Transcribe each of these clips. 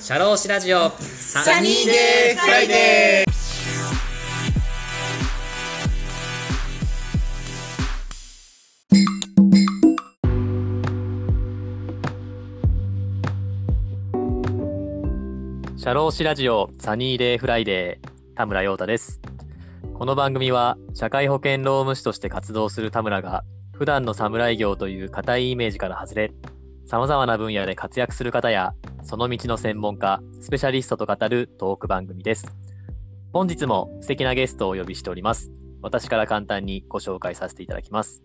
シャローシラジオサニーデーフライデーシャローシラジオサニーデーフライデー田村陽太ですこの番組は社会保険労務士として活動する田村が普段の侍業という固いイメージから外れさまざまな分野で活躍する方やその道の専門家、スペシャリストと語るトーク番組です。本日も素敵なゲストをお呼びしております。私から簡単にご紹介させていただきます。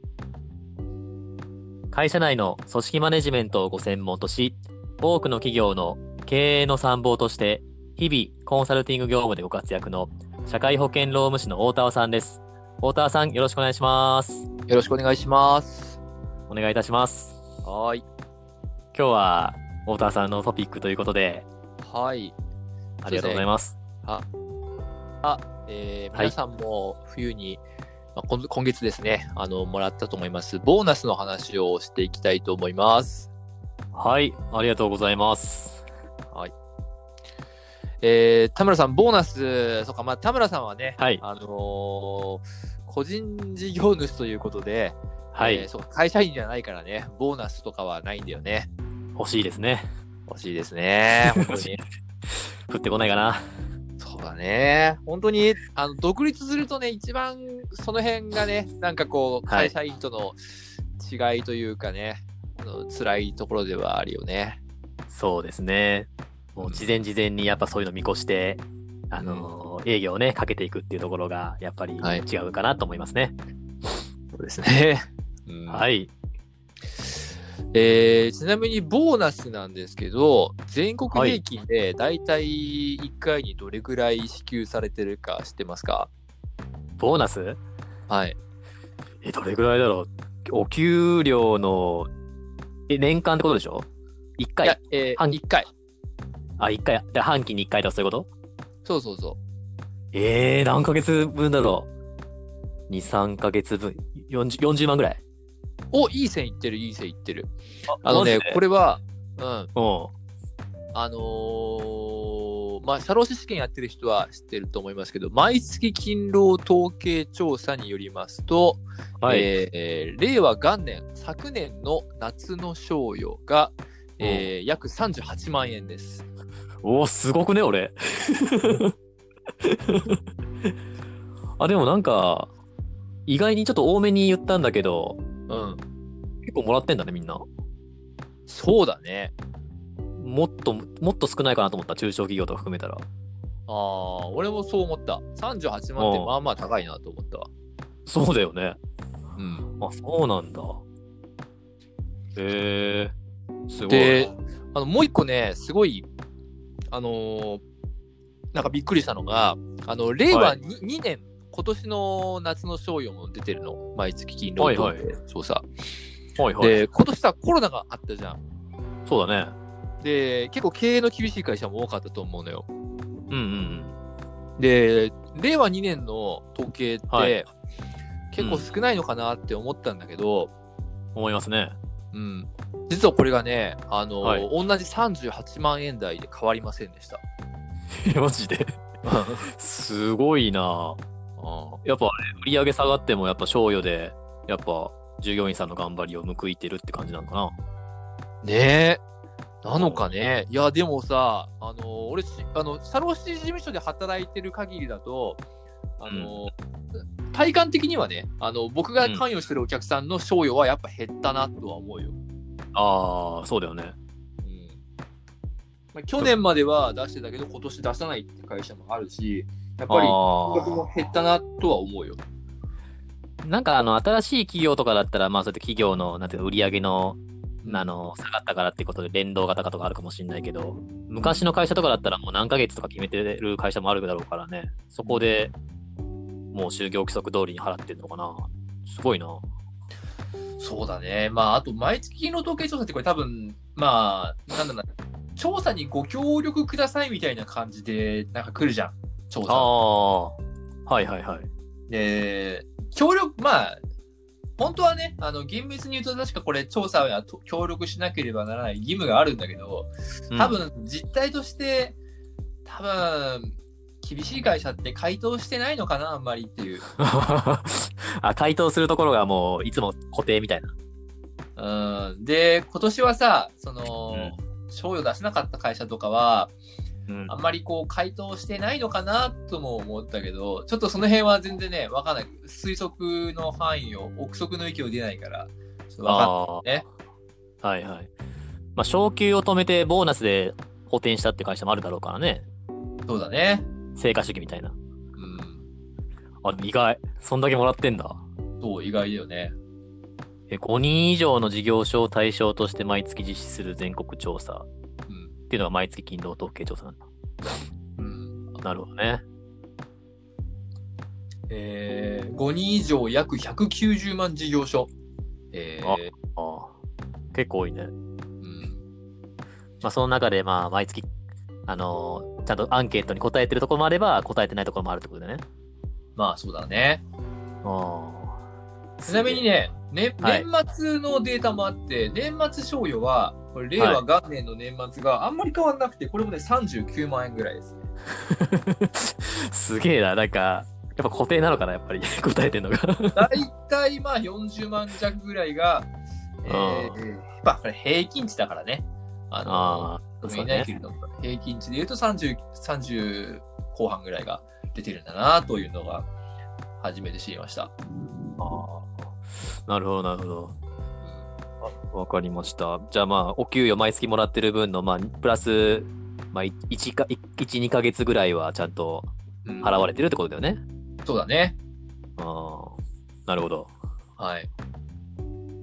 会社内の組織マネジメントをご専門とし、多くの企業の経営の参謀として、日々コンサルティング業務でご活躍の社会保険労務士の大田さんです。大田さん、よろしくお願いします。よろしくお願いします。お願いいたします。はーい。今日は大田さんのトピックということで、はい。ありがとうございます。えーはい皆さんも冬に、まあ、今今月ですね、あの、もらったと思います。ボーナスの話をしていきたいと思います。はい、ありがとうございます。えー田村さん、ボーナス、そうか、まあ、田村さんはね、はい、あのー個人事業主ということで、はい、えーそうか会社員じゃないからね、ボーナスとかはないんだよね。欲しいですね。欲しいです ね、本当欲しにい。降ってこないかな。そうだね。本当に、あの、独立するとね、一番その辺がね、なんかこう、はい会社員との違いというかね、あの辛いところではあるよね。そうですね。もう事前事前にやっぱそういうの見越して、あのー営業をね、かけていくっていうところが、やっぱりはい違うかなと思いますね。そうですね。。はいい。えーちなみにボーナスなんですけど、全国平均でだいたい1回にどれぐらい支給されてるか知ってますかボーナスはい。え、どれぐらいだろうお給料の、え、年間ってことでしょ ?1 いや回。、えー、半1回。あ、一回。で半期に1回とかそういうことそうそうそう。えー、何ヶ月分だろう ?2、3ヶ月分。40, 40万ぐらい。お、いい線いってる、いい線いってる。あのねマジ、でこれは、うん。うん。あのーまあ、社労士試験やってる人は知ってると思いますけど、毎月勤労統計調査によりますと、はい。えー令和元年、昨年の夏の賞与が、えー約38万円です。おおすごくね俺あでもなんか意外にちょっと多めに言ったんだけどうん。結構もらってんだねみんなそうだね。もっともっと少ないかなと思った中小企業とか含めたらああ、俺もそう思った。38万ってまあまあ高いなと思ったわ。そうだよねうん。あそうなんだへえすごいで、あの、もう一個ね、すごい、あのーなんかびっくりしたのが、あの、令和はいに 2,、年、今年の夏の賞与も出てるの、毎月金労統計調査。はいはいで、今年さ、コロナがあったじゃん。そうだねで、結構経営の厳しい会社も多かったと思うのよ。うんうんで、令和2年の統計って、はい結構少ないのかなって思ったんだけど、うん思いますね うん、実はこれがね、あのーはい同じ38万円台で変わりませんでした。えマジですごいなうんやっぱあれ売り上げ下がってもやっぱ賞与でやっぱ従業員さんの頑張りを報いてるって感じなのかなねえ。なのかね。いや、でもさ、あのー、俺し、あの、社労士事務所で働いてる限りだと、あのー、体感的にはね、あの、僕が関与してるお客さんの賞与はやっぱ減ったなとは思うよ。ああ、そうだよね。うんまあ、去年までは出してたけど、今年出さないって会社もあるし、やっぱり、僕もあ減ったなとは思うよ。あ。なんかあの、新しい企業とかだったら、まあそうやって企業の、なんていうの、売り上げの、あの、下がったからってことで連動型とかあるかもしれないけど、昔の会社とかだったらもう何ヶ月とか決めてる会社もあるだろうからね、そこでもう就業規則通りに払ってんのかな。すごいな。そうだね。まあ、あと、毎月勤労統計調査ってこれ多分、まあ、なんだろうな、調査にご協力くださいみたいな感じで、なんか来るじゃん、調あ査。あ。はいはいはい。で、協力、まあ、本当はね、あの厳密に言うと確かこれ調査やと協力しなければならない義務があるんだけど、多分実態として、多分厳しい会社って回答してないのかな、あんまりっていう。 あ回答するところがもういつも固定みたいな。うん、で、今年はさ、その、賞与出せなかった会社とかは、うんあんまりこう回答してないのかなとも思ったけど、ちょっとその辺は全然ね、わかんない。推測の範囲を、憶測の域を出ないから、ちょっとわかんない。ああねーはいはい。まあ、昇給を止めてボーナスで補填したって会社もあるだろうからね。そうだね。成果主義みたいな。うん。あ、意外。そんだけもらってんだ。そう、意外だよね。え5人以上の事業所を対象として毎月実施する全国調査うん。っていうのが毎月勤労統計調査なんだ。うん、なるほどね。えー、5人以上約190万事業所。えーあああ結構多いね。うん、まあ、その中で、まあ、毎月、あのーちゃんとアンケートに答えてるところもあれば、答えてないところもあるってことでね。まあ、そうだね。ああ。ちなみにね、ねはい年末のデータもあって、年末賞与は、これ令和元年の年末があんまり変わらなくて、これもね、39万円ぐらいですね。すげえな、なんか、やっぱ固定なのかな、やっぱり、 答えてんのが。だいたいまあ40万弱ぐらいが、えーまあ、これ平均値だからね。あのああ、見えないけれども、平均値で言うと 30, 30後半ぐらいが出てるんだなというのが初めて知りました。ああなるほど、なるほど。わかりました。じゃあまあ、お給与毎月もらってる分の、まあ、プラス、まあ、1か、1、2ヶ月ぐらいはちゃんとうん払われてるってことだよね。そうだね。ああ、なるほど。はい。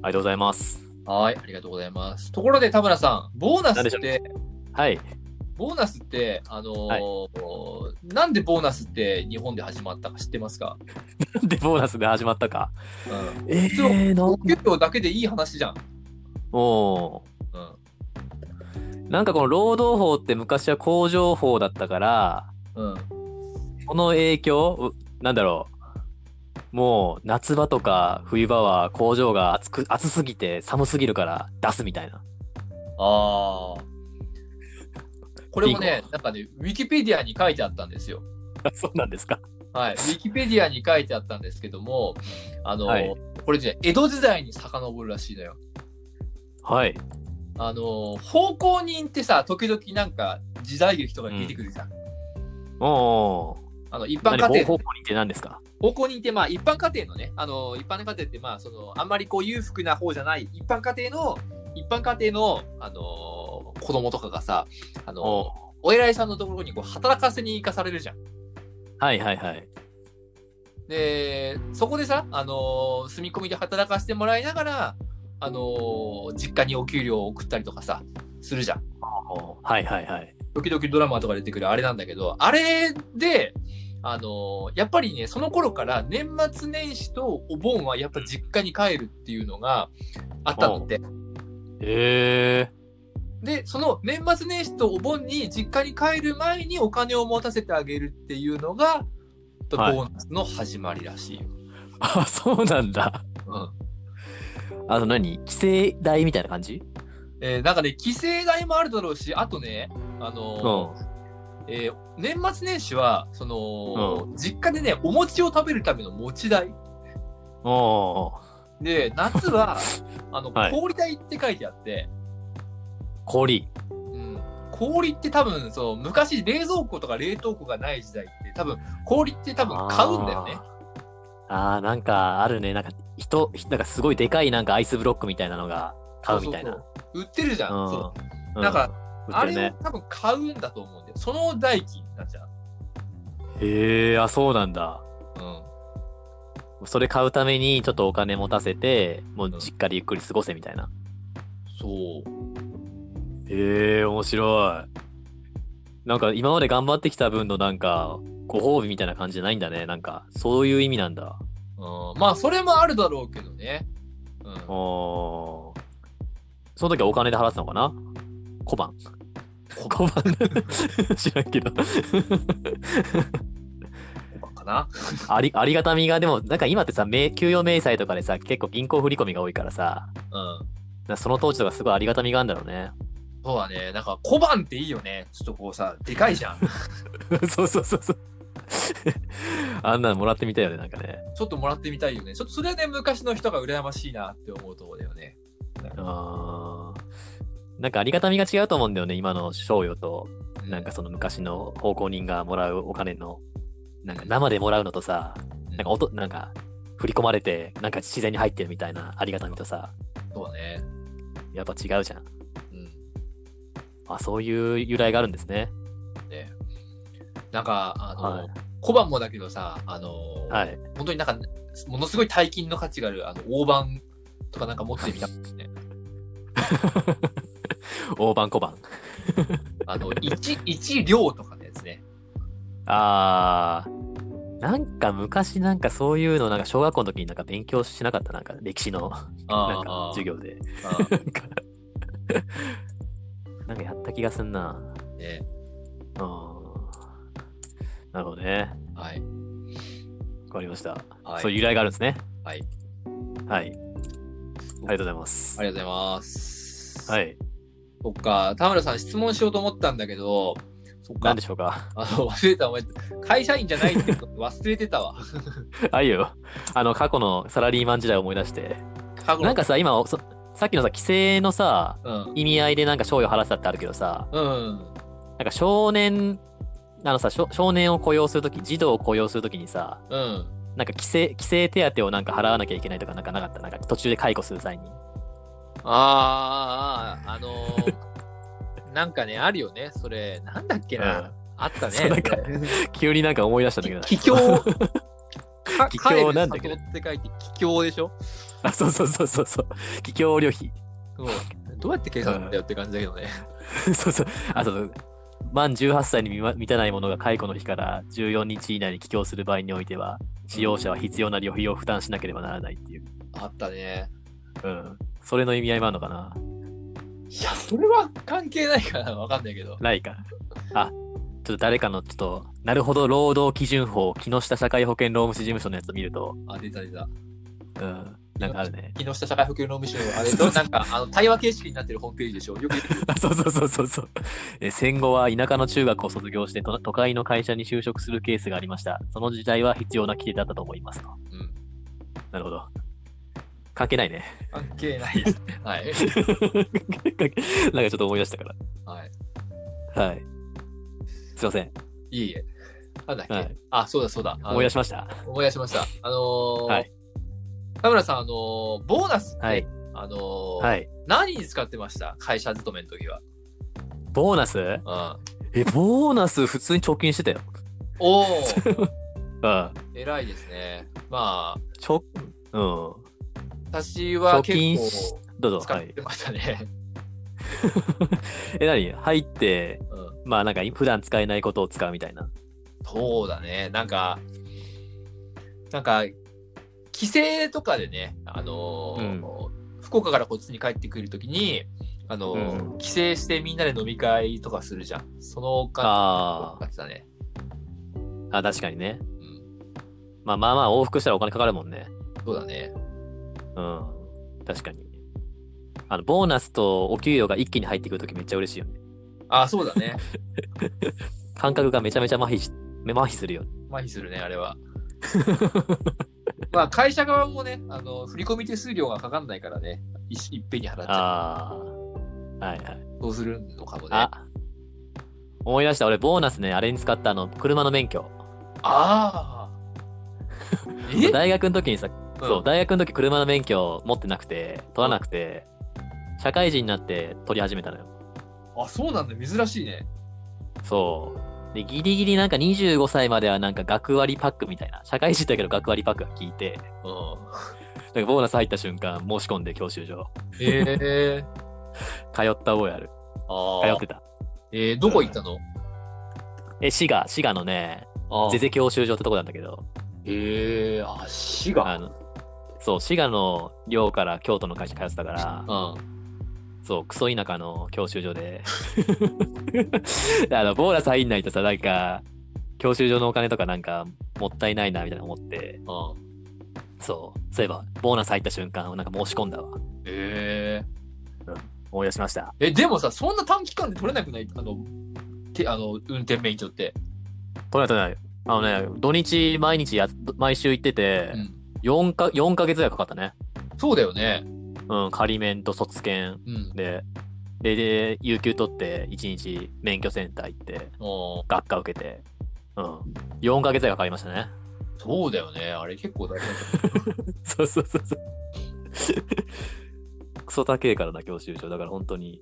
ありがとうございます。はい、ありがとうございます。ところで田村さん、ボーナス何でっしょうて、はい。 ボーナスって、あのーなんでボーナスって日本で始まったか知ってますか、で、ボーナスで始まったか。うん、え通えー、お給料だけでいい話じゃん。おうん。ーなんかこの労働法って昔は工場法だったから、うん、この影響、うなんだろう。もう夏場とか冬場は工場が暑く暑すぎて寒すぎるから出すみたいな。 ああ。これもね、なんかね、ウィキペディアに書いてあったんですよ。そうなんですか。はい、ウィキペディアに書いてあったんですけども、あの、はいこれね、江戸時代に遡るらしいのよ。はい。あの、奉公人ってさ、時々なんか時代劇とかに出てくるじゃん。おおあの、一ー。般家何庭方、法にって何ですか奉公人ってまあ一般家庭のね、あの、一般家庭ってまあ、その、あんまりこう裕福な方じゃない、一般家庭の、一般家庭の、あの、子供とかがさ、あの、おお偉いさんのところにこう働かせに行かされるじゃん。はいはいはい。で、そこでさ、あのー住み込みで働かせてもらいながら、あのー実家にお給料を送ったりとかさ、するじゃん。おーはいはいはい。時々ドラマとか出てくるあれなんだけど、あれで、あのーやっぱりね、その頃から年末年始とお盆はやっぱ実家に帰るっていうのがあったのって。へえで、その年末年始とお盆に実家に帰る前にお金を持たせてあげるっていうのが、ボはいーナスの始まりらしいよ。ー。 あ、そうなんだ。うんあと何帰省代みたいな感じえーなんかね、帰省代もあるだろうし、あとね、あのーえー年末年始は、その、実家でね、お餅を食べるための餅代。おおー。で、夏 は、あの、はい氷代って書いてあって、氷。うん、氷って多分、そう、昔冷蔵庫とか冷凍庫がない時代って、多分、氷って多分買うんだよあね。ーあー、なんかあるね。なんか人、なんかすごいでかいなんかアイスブロックみたいなのが買うみたいな。そうそうそう売ってるじゃん。うんそううなんか、、売っあてるれをね。多分買うんだと思うんだよ。その代金になっちゃう。へえ、あ、そうなんだ。うん。それ買うためにちょっとお金持たせて、もう実家でゆっくり過ごせみたいな。そう。へえ、面白い。なんか今まで頑張ってきた分のなんか、ご褒美みたいな感じじゃないんだね。なんか、そういう意味なんだ。うんまあ、それもあるだろうけどね。うん、おーその時はお金で払ってたのかな小判。小小判知らんけど。小判かかな。ありありがたみがでもなんか今ってさめ給与明細とかでさ結構銀行振り込みが多いからさうん。なその当時とかすごいありがたみがあるんだろうねそうだね。なんか小判っていいよね。ちょっとこうさ、でかいじ ゃ ん。そうそうそうそう あんなのもらってみたいよねなんかねちょっともらってみたいよね。ちょっとそれはね、昔の人が羨ましいなって思うところだよね。あーなんかありがたみが違うと思うんだよね今の賞与とうなんか、その昔の奉公人がもらうお金のなんか生でもらうのとさうんなんか音なんか振り込まれてなんか自然に入ってるみたいなありがたみとさそうだね。やっぱ違うじゃんうん。あそういう由来があるんですねね。なんか、あの、はい小判もだけどさ、あの、はい本当になんか、ものすごい大金の価値がある、あの、大判とかなんか持ってみたもんですね。大判小判あの、一、一両とかのやつね。あーなんか昔なんかそういうのなんか小学校の時になんか勉強しなかったなんか歴史のなんか授業。業であーなんかなんかやった気がすんなねうんなるほどねはい。わかりました、はい。そういう由来があるんですねはいはいありがとうございますありがとうございます。。はいいそっか、田村さん質問しようと思ったんだけど、そっか何で、しょうかあの、忘れた、お前、会社員じゃないってこと忘れてたわ。あいいよあの過去のサラリーマン時代を思い出して過去のなんかさ今そさっきのさ規制のさうん。意味合いでなんか賞与を払ってたってあるけどさうん。なんか少年あのさ少少年を雇用するとき児童を雇用するときにさうん。なんか規制規制手当をなんか払わなきゃいけないとかなんかなかったなんか途中で解雇する際にあーあー、あーあのー なんかね、あるよね、それ、なんだっけな、あったそうね。なん か急になんか思い出したんだけど気境。か 気境帰るなんだっけ里って書いて、気境でしょあそうそうそうそうそう企業旅費そうどうやって計算なんだよって感じだけどね。 そうそうあそうそう満18歳に満たない者が解雇の日から14日以内に帰郷する場合においては使用者は必要な旅費を負担しなければならないっていう、あったね。うん、それの意味合いもあるのかないや、それは関係ないからわかんないけど。ないか。あ、ちょっと誰かの、ちょっと、なるほど、労働基準法、木下社会保険労務士事務所のやつを見ると、あ、出た出た。うん、なんかあるね。木下社会保険労務省、あれ、どなんか、あの、対話形式になってるホームページでしょよく言ってるあ そうそうそうそうそう。え戦後は田舎の中学を卒業して都、都会の会社に就職するケースがありました。その時代は必要な規定だったと思いますと。うんなるほど。関係ないね。 関係ないです。はい。なんかちょっと思い出したかはい。ら。はい。すいません。いえいえ。なんだっけ、はいあ、そうだそうだ。あの思い出しました。思い出しました。あのーはい田村さん、あのーボーナスって、はいあのーはい。何に使ってました会社勤めの時は。ボーナスうん、え、ボーナス普通に貯金してたよ。おお うん。偉いですね。まあ、ちょ、うん。私貯は金結し構、どうぞ。使はっい。てましたね。え、何入って、うん、まあなんか普段使えないことを使うみたいな。そうだね。なんか、なんか、帰省とかでね、あのー福岡からこっちに帰ってくるときに、あのーう帰省してみんなで飲み会とかするじゃん。そのお金あを使ってたね。あ、あ確かにね。うんまあまあまあ往復したらお金かかるもんね。そうだね。うん。確かに。あの、ボーナスとお給料が一気に入ってくるときめっちゃ嬉しいよね。あ、そうだね。 感覚がめちゃめちゃ麻痺し、麻痺するよ。麻痺するね、あ れは。まあ、会社側もね、あの、振込手数料がかかんないからね、いいっぺんに払っちゃああ。はいはい。う。そうするのかもね。ああ思い出した。俺、ボーナスね、あれに使ったあの、車の免許。あー。え大学の時にさ、 そう、ん大学の時車の免許持ってなくて、取らなくて、社会人になって取り始めたのよ。あ、そうなんだ、珍しいね。そう。で、ギリギリなんか25歳まではなんか学割パックみたいな、社会人だけど学割パックが効いて、うん。なんかボーナス入った瞬間申し込んで教習所、ええ通った 覚えある。あ通あって。た。えー、どこ行ったのえ、滋賀、滋賀のね、あ是々教習所ってとこなんだけど、ええー、あ、滋あ賀。の、そう、滋賀の寮から京都の会社通ってたからう、ん。そう、クソ田 舎の教習所で。あの、ボーナス入んないとさ、なんか、教習所のお金とかなんかもったいないなみたいな思って、あそう、そういえばボーナス入った瞬間、なんか申し込んだわ。えー思い出しました。え、でもさ、そんな短期間で取れなくないあの、てあの運転免許って。とないとない。あのね、土日毎日や、毎週行ってて、うん4か、4ヶ月ぐらいかかったね。そうだよね。うん、仮免と卒検うん。で、で、で、有給取って、1日免許センター行って、ああ学科受けて、うん、4ヶ月ぐらいかかりましたね。 そうだよね。あれ結構大変だそうそうそうそう。クソ高えからな、教習所。だから本当に、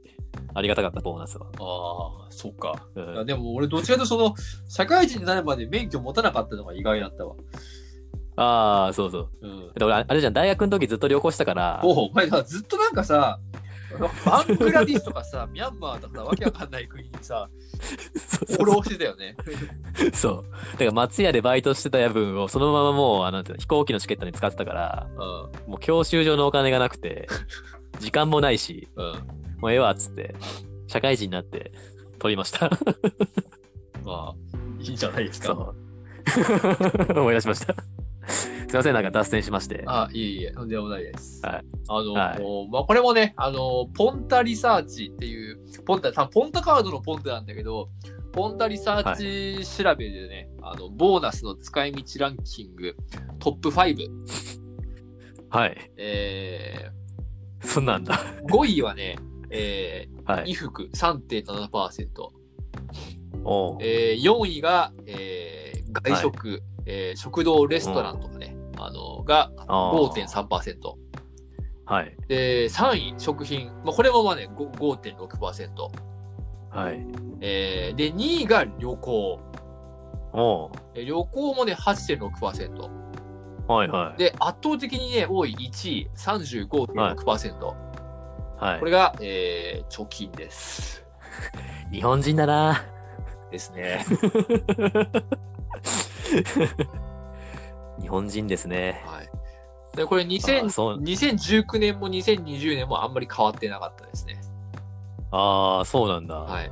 ありがたかった、ボーナスは。ああ、そっか。うあん、でも俺、どっちかというとその、社会人になるまで免許持たなかったのが意外だったわ。ああ、そうそう。うん。だって俺、ああれじゃん、大学の時ずっと旅行した から、おうお前さ、ずっとなんかさ、バングラディスとかさ、ミャンマーとかさ、わけわかんない国にさ、 そうそ放うそ浪してたよね。う そう。だから松屋でバイトしてた分を、そのままもう、あのなんていうの飛行機のチケットに使ってたから、うん。もう教習所のお金がなく て、時間もないし、うん。もうええわっつって、社会人になって取りま した。まあ、いいんじゃないですそか。う。 思い出しました。すいません、なんか脱線しまして。あ、いえいえ、とんでもないです。はい。あの、はいもうまあ、これもね、あの、ポンタリサーチっていう、ポンタ、多分ポンタカードのポンタなんだけど、ポンタリサーチ調べでね、あの、ボーナスの使い道ランキング、トップ5、はい。えそんなんだ。ー、5位はね、えはー、い。衣服3.7%、おうえー、4位が、えー、外食、えー食堂、レストランとかね、あの、があー5.3%。はい。で、3位、食品。まあ、これもまあね、ご5.6%。はい。えー、で、2位が旅行。おうえー旅行もね、8.6%。はいはい。で、圧倒的にね、多い1位、35.6%。はいこ。れが、えー、貯金です。日本人だな。です ね。日本人ですね。はい。で、これあー2000そう2019年も2020年もあんまり変わってなかったですね。ああ、そうなんだ。はい。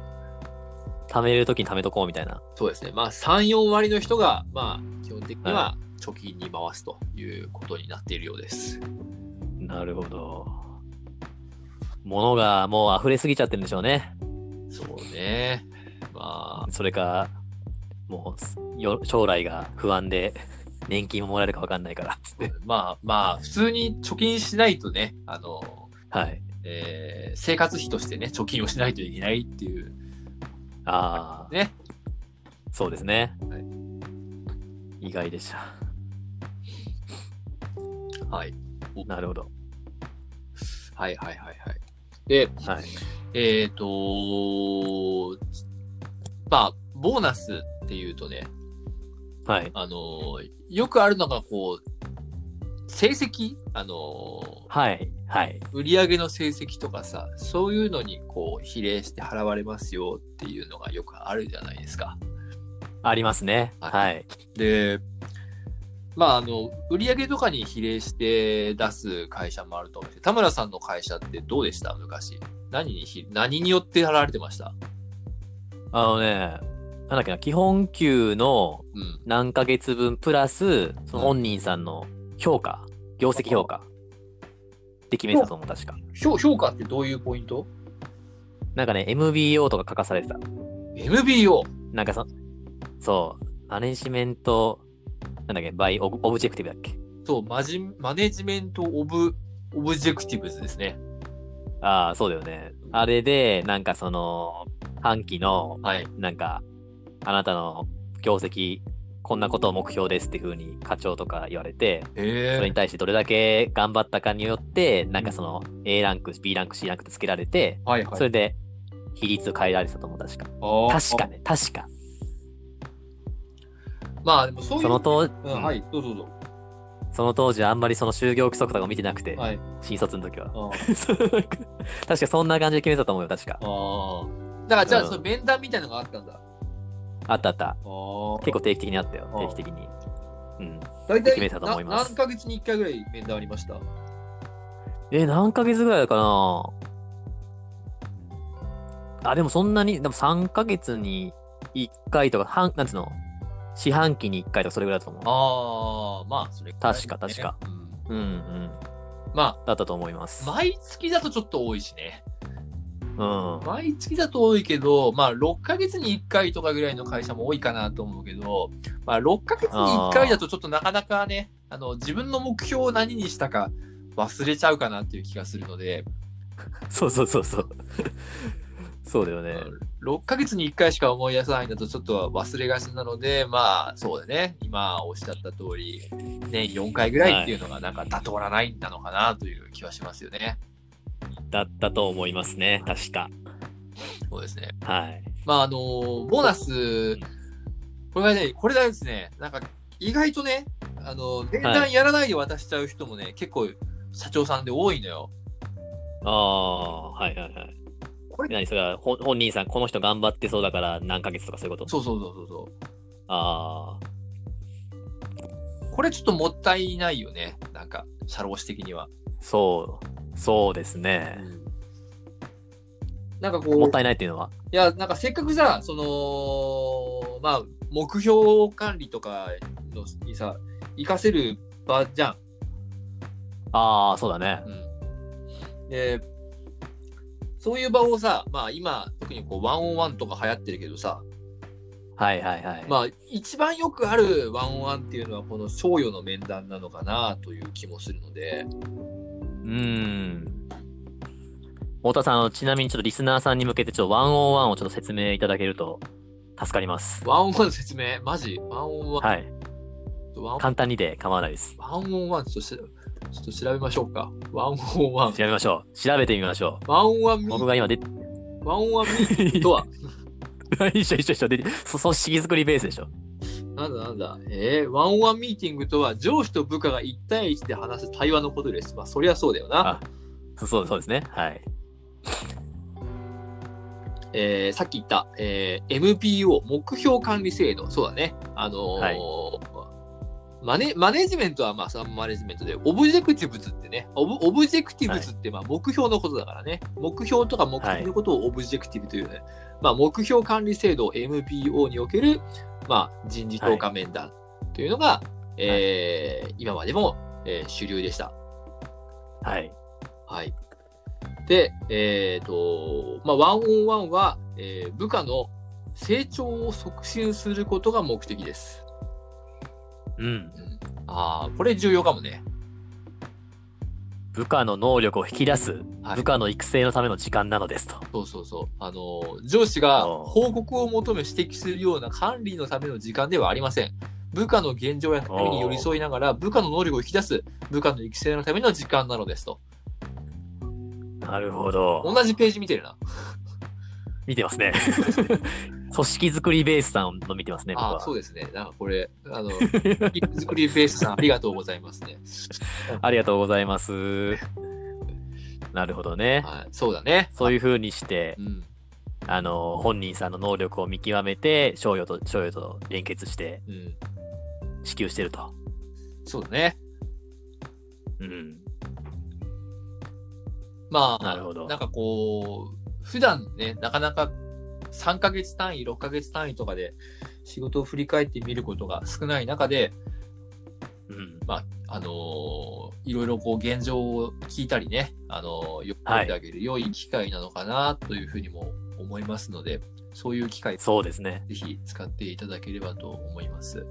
貯めるときに貯めとこうみたいな。そうですね。まあ、3、4割の人が、まあ、基本的には貯金に回すということになっているようです。なるほど。物がもう溢れすぎちゃってるんでしょうね。そうね。まそれか、もうよ将来が不安で、年金ももらえるかわかんないからっつっあて。、まあまあ、普通に貯金しないとね、あの、はい。えー生活費としてね、貯金をしないといけないっていう。ああ。ね。そうですね。は意外でした。はい。なるほど。はいはいはいはい。で、はい。えっ、と、まあ、ボーナスっていうとね、はい。あの、よくあるのが、こう、成績あの、はい。はい。売り上げの成績とかさ、そういうのにこう、比例して払われますよっていうのがよくあるじゃないですか。ありますね。はいはい。で、まあ、あの、売上とかに比例して出す会社もあると思うんですけど、田村さんの会社ってどうでした昔。何にひ、何によって払われてましたあのね、なんだっけな、基本給のうん。何ヶ月分プラス、その本人さんの評価、業績評価って決めてたと思う、確か。評評価ってどういうポイントなんかね、MBO とか書かされてた。 ?MBO。なんかそ、そう、マネジメント、なんだっけ、バイオブオブジェクティブだっけ。そう、マジ、マネジメントオブ、オブジェクティブズですね。ああ、そうだよね。あれで、なんかその、半期の、はい。なんか、あなたの業績、こんなことを目標ですっていうふうに課長とか言われて、そへれに対してどれだけ頑張ったかによって、なんかその A ランク、B ランク、C ランクってつけられて、はいはい。それで比率を変えられてたと思う、確か。確かに。ね、確か。まあ、でもそういう。その当時、うん、はい、どうぞどうぞ。その当時あんまりその就業規則とか見てなくて、はい。新卒の時は。あそう 確かそんな感じで決めてたと思うよ、確か。あー。だから、じゃあ、うんその面談みたいなのがあったんだ。ああったあった。あー。結構定期的にあったよあ、定期的に。うん。大決体めたと思いますな何ヶ月に1回ぐらい面談ありましたえ、何ヶ月ぐらいかなあ、でもそんなに、でも3ヶ月に1回とか、半、なんつうの、四半期に1回とかそれぐらいだと思う。ああ、まあ、それ、確か確か。うんうんうん。まだったと思います。あ、毎月だとちょっと多いしね。うん。毎月だと多いけど、まあ、6ヶ月に1回とかぐらいの会社も多いかなと思うけど、まあ、6ヶ月に1回だとちょっとなかなかね、あの、自分の目標を何にしたか忘れちゃうかなっていう気がするので、そうそうそうそう。そうだよね。 6ヶ月に1回しか思い出さないんだとちょっと忘れがちなので、まあそうだね、今おっしゃった通り、年4回ぐらいっていうのがなんか妥当なラインなのかなという気はしますよね。だったと思いますね。確か。そうですね。はい。まああのボーナス、これがね、これがですね、なんか意外とね、あの、年間やらないで渡しちゃう人もね、結構社長さんで多いのよ。ああ、はいはいはい。これ何それはほ本人さん、この人頑張ってそうだから何ヶ月とかそういうことそうそうそうそうそう。ああ、これちょっともったいないよね、なんか、社労士的には。そう、そうですね。なんかこう、もったいないっていうのは。いや、なんかせっかくさ、その、まあ、目標管理とかのにさ、活かせる場じゃああ、そうだねん。。で、そういう場をさ、まあ今、特にこう、ワンオンワンとか流行ってるけどさ、はいはいはい。まあ一番よくあるワンオンワンっていうのは、この賞与の面談なのかなという気もするので、うーん。太田さんあの、ちなみにちょっとリスナーさんに向けて、ちょっとワンオンワンをちょっと説明いただけると助かります。ワンオンワンの説明、マジワンオンワン、はい。ワン簡単にで構わないです。ワンオンワンちょっとし、ちょっと調べましょうか。ワンオンワン調。べましょう。調べてみましょワンオンワンミう。ー僕が今出ワンオンワンミ ーて、とは、一緒一緒一緒出て、そ、組織作りベースでしょ。なんだなんだ、えー、ワンオンワンミーティングとは、上司と部下が1対1で話す対話のことです。まあ、そりゃそうだよあな。そそうそうですね。はい。えーさっき言った、えー MPO、目標管理制度。そうだね。あのーはいマネマネジメントはまあ、サンマネジメントで、オブジェクティブズってね、オブオブジェクティブズってまあ目標のことだからね、目標とか目的のことをオブジェクティブというね、まあ、目標管理制度 MPO における、まあ、人事評価面談というのが、えー今までも、えー主流でした。はい。はい。で、えっ、と、まあ、ワンオンワンは、えー部下の成長を促進することが目的です。うん。ああ、これ重要かもね。部下の能力を引き出す、はい部下の育成のための時間なのですと。そうそうそう。あのー、上司があー報告を求め指摘するような管理のための時間ではありません。部下の現状や悩みに寄り添いながら、部下の能力を引き出す、部下の育成のための時間なのですと。なるほど。同じページ見てるな。見てますね。 組織作りベースさんの見てますね、僕ああ、はそ。うですね。なんかこれ、あの、 ピック作りベースさん、ありがとうございます ね。ありがとうございます。なるほどね。はい、そうだね。そういう風にしてう、ん。あの、本人さんの能力を見極めて、賞与と、賞与と連結してうん。支給してると。そうだね。うん。まあ、なるほどなんかこう、普段ね、なかなか3ヶ月単位、6ヶ月単位とかで仕事を振り返ってみることが少ない中で、うん。まあ、あのーいろいろこう現状を聞いたりね、あのー、よく見てあげる良い機会なのかなというふうにも思いますので、そういう機会、ぜそうですね。ひ使っていただければと思います。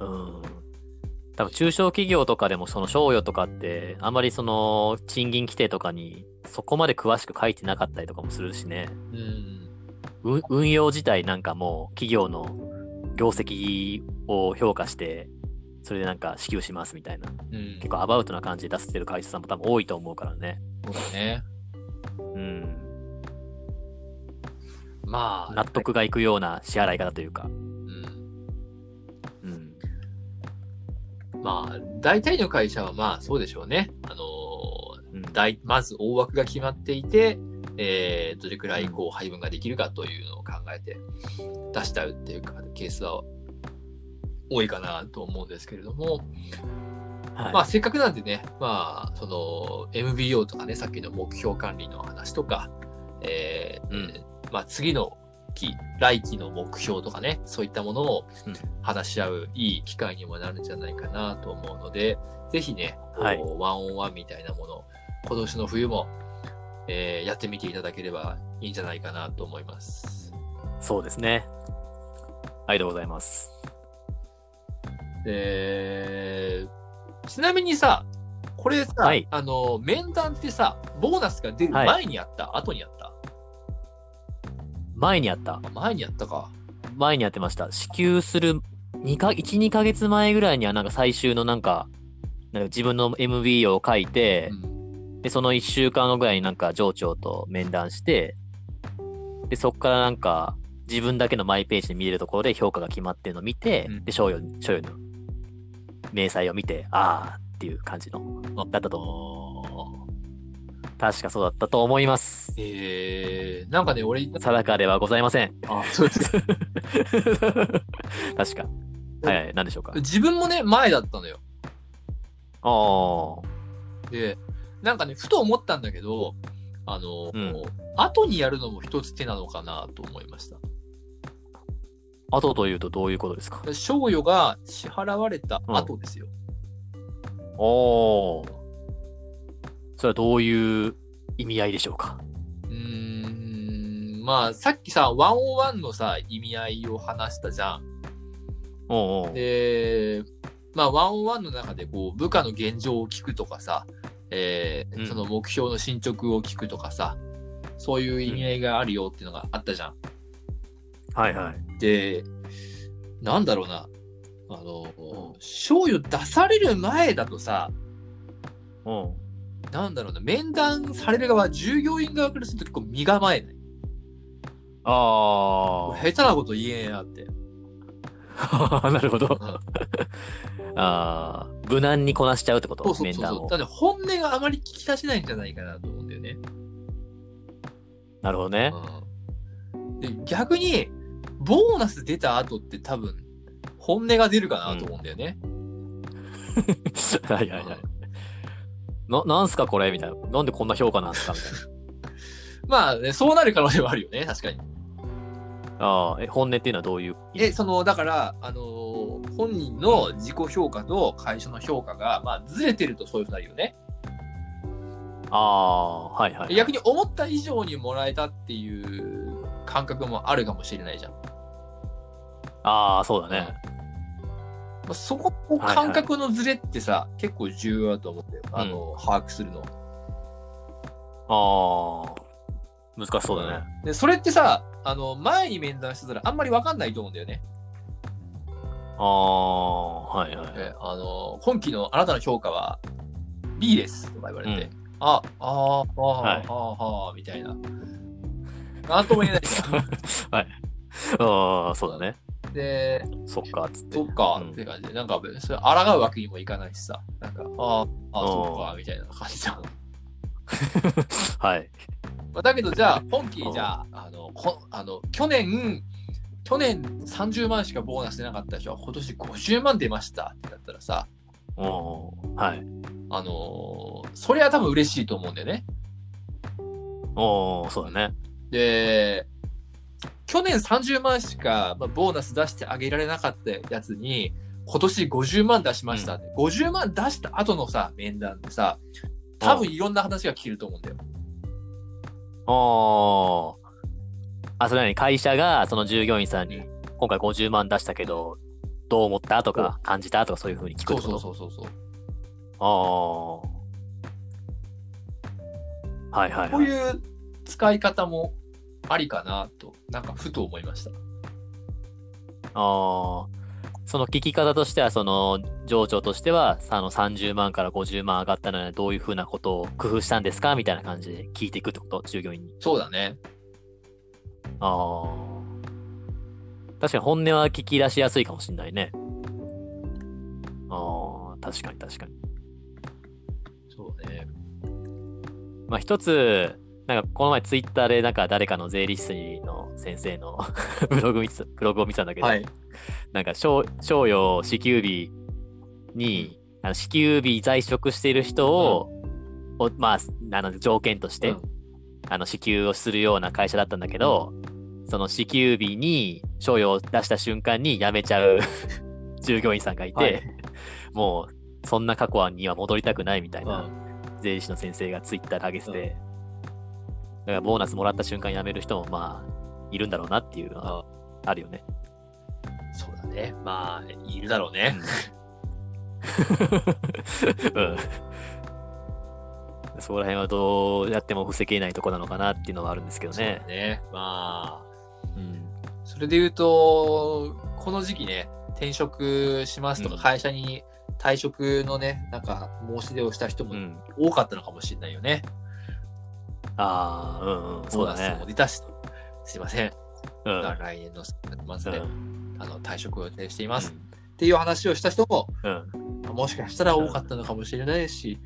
うん。多分中小企業とかでもその賞与とかってあまりその賃金規定とかにそこまで詳しく書いてなかったりとかもするしねうん。う運用自体なんかもう企業の業績を評価してそれでなんか支給しますみたいなうん。結構アバウトな感じで出してる会社さんも多分多いと思うからねそうだね。うんまあ、納得がいくような支払い方というかうん。うんまあ、大体の会社はまあそうでしょうね。あのうんー大、まず大枠が決まっていて、えーどれくらいこう配分ができるかというのを考えて出しちゃうっていうかケースは多いかなと思うんですけれども、はいまあせっかくなんでね、まあその MBO とかね、さっきの目標管理の話とか、えーうんまあ次の期、来期の目標とかね、そういったものをうん話し合ういい機会にもなるんじゃないかなと思うので、ぜひね、こうはいワンオンワンみたいなもの、今年の冬も、えーやってみていただければいいんじゃないかなと思います。そうですね。ありがとうございます。で、ちなみにさ、これさ、はいあの、面談ってさ、ボーナスが出るはい前にやった、後にやった前にあった。あ前にやったか。前にやってました。支給する2か、1、2ヶ月前ぐらいには、なんか最終のなんか、なんか自分の MB を書いて、うんで、その1週間後ぐらいになんか上長と面談して、で、そこからなんか、自分だけのマイページで見れるところで評価が決まってるのを見て、うんで、賞与、賞与の明細を見て、あーっていう感じの、あだったとあー確かそうだったと思います。えー、なんかね、俺、定かではございません。 あそうです確か。はいはい、何でしょうか。 自分もね、前だったのよ。ああ、で、なんかね、ふと思ったんだけど、あの、うん後にやるのも一つ手なのかなと思いました。後というとどういうことですか賞与が支払われた後ですよ。おお。それはどういう意味合いでしょうかうーん、まあ、さっきさ、101のさ、意味合いを話したじゃん。おうおうで、まあ、101の中で、こう、部下の現状を聞くとかさ、えーうんその目標の進捗を聞くとかさ、そういう意味合いがあるよっていうのがあったじゃん。はいはい。で、なんだろうな、あの、賞与出される前だとさ、おうなんだろうな、面談される側、従業員側からすると結構身構えない。あ下手なこと言えねえなって。あ。 なるほど。 ああ。無難にこなしちゃうってことそうそう面そう談そう。をだ。って本音があまり聞き出せないんじゃないかなと思うんだよね。なるほどね。うん、で逆に、ボーナス出た後って多分、本音が出るかなと思うんだよね。 はいはいはい。な、なんすかこれみたいな。なんでこんな評価なんすかみたいまあ、ね、そうなる可能性はあるよね、確かに。な。ああ。え、本音っていうのはどういう意味え、その、だから、あのー本人の自己評価と会社の評価が、まあ、ずれてるとそういうふうになるよね。ああ。はいはい。逆に思った以上にもらえたっていう感覚もあるかもしれないじゃん。ああ、そうだね。まあ、そこの感覚のずれってさ、結構重要だと思って、あの、把握するの。ああ。難しそうだね。で、それってさ、あの、前に面談してたらあんまりわかんないと思うんだよね。ああ。はいはい。えあの、今期のあなたの評価は B ですとか言われて、うんあ、あー、あー、はいあー、あー、みたいな。なんとも言えないじゃん。 はい。ああ、そうだね。で、そっか、つって。そっか、うんって感じで、なんか、それ、抗うわけにもいかないしさ、なんか、ああ、あうあ、んそっか、みたいな感じじゃん。まはい。あ、だけど、じゃあ、今期う、んじゃあ、あの、こあの去年、去年30万しかボーナス出なかった人は、今年50万出ましたってなったらさ、おおはい。あのーそれは多分嬉しいと思うんだよね。おおそうだね。で、去年30万しか、まあ、ボーナス出してあげられなかったやつに、今年50万出しましたって、50万出した後のさ、面談でさ、多分いろんな話が聞けると思うんだよ。おおあ、それなに会社が、その従業員さんに、今回50万出したけど、どう思ったとか、感じたとか、そういうふうに聞くそっうてことそうそうそうそう。ああ。はいはいこうはい。いう使い方もありかなと、なんかふと思いました。ああ。その聞き方としては、その、情緒としては、あの30万から50万上がったのはどういうふうなことを工夫したんですかみたいな感じで聞いていくってこと従業員に。そうだね。ああ。確かに本音は聞き出しやすいかもしれないね。ああ、確かに確かに。そうね。まあ一つ、なんかこの前ツイッターでなんか誰かの税理士の先生の ブログ見てたブログを見てたんだけど、はい。なんか賞賞与支給日に、あの支給日在職している人を、をまあ、あの条件として、うんあの支給をするような会社だったんだけど、その支給日に賞与を出した瞬間に辞めちゃう 従業員さんがいて、はいもうそんな過去には戻りたくないみたいな、ん税理士の先生がツイッターで上げてて、だからボーナスもらった瞬間辞める人もまあいるんだろうなっていうのはあるよね。そうだね。まあ、いるだろうね。うん、そこら辺はどうやっても防げないとこなのかなっていうのはあるんですけどそうだね。ね。まあ、うんそれで言うと、この時期ね、転職しますとか、うん会社に退職のね、なんか申し出をした人うもん、多かったのかもしれないよね。ああ、うんうん、そうだねボーナスを。出たしと。すいません。うんうん来年の末で、あの退職を予定しています、うんっていう話をした人もうんもしかしたら多かったのかもしれないし、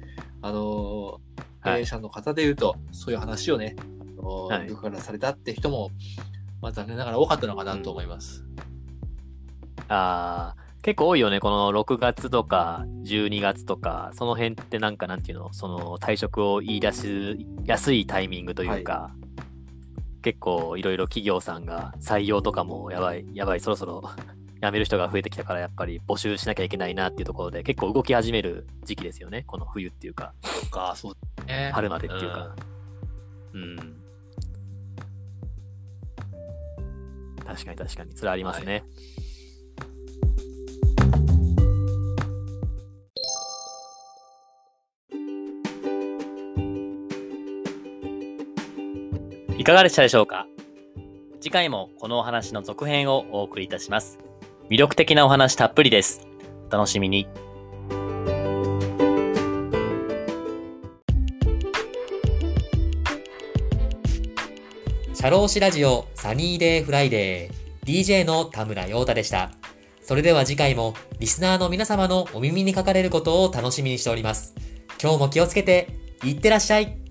あのは経営い者の方で言うとそういう話をね、あのはい部下からされたって人も、まあ、残念ながら多かったのかなと思います。あー結構多いよね、この6月とか12月とか、その辺ってなんかなんていうの、その退職を言い出しやすいタイミングというか、結構いろいろ企業さんが採用とかもやばい、やばい、そろそろ 辞める人が増えてきたから、やっぱり募集しなきゃいけないなっていうところで、結構動き始める時期ですよね、この冬っていうか、そうかそうだね春までっていうか。うん。確かに確かに、それありますね。いかがでしたでしょうか次回もこのお話の続編をお送りいたします。魅力的なお話たっぷりです。お楽しみに。社労士ラジオサニーデイフライデー DJ の田村陽太でした。それでは次回もリスナーの皆様のお耳にかかれることを楽しみにしております。今日も気をつけていってらっしゃい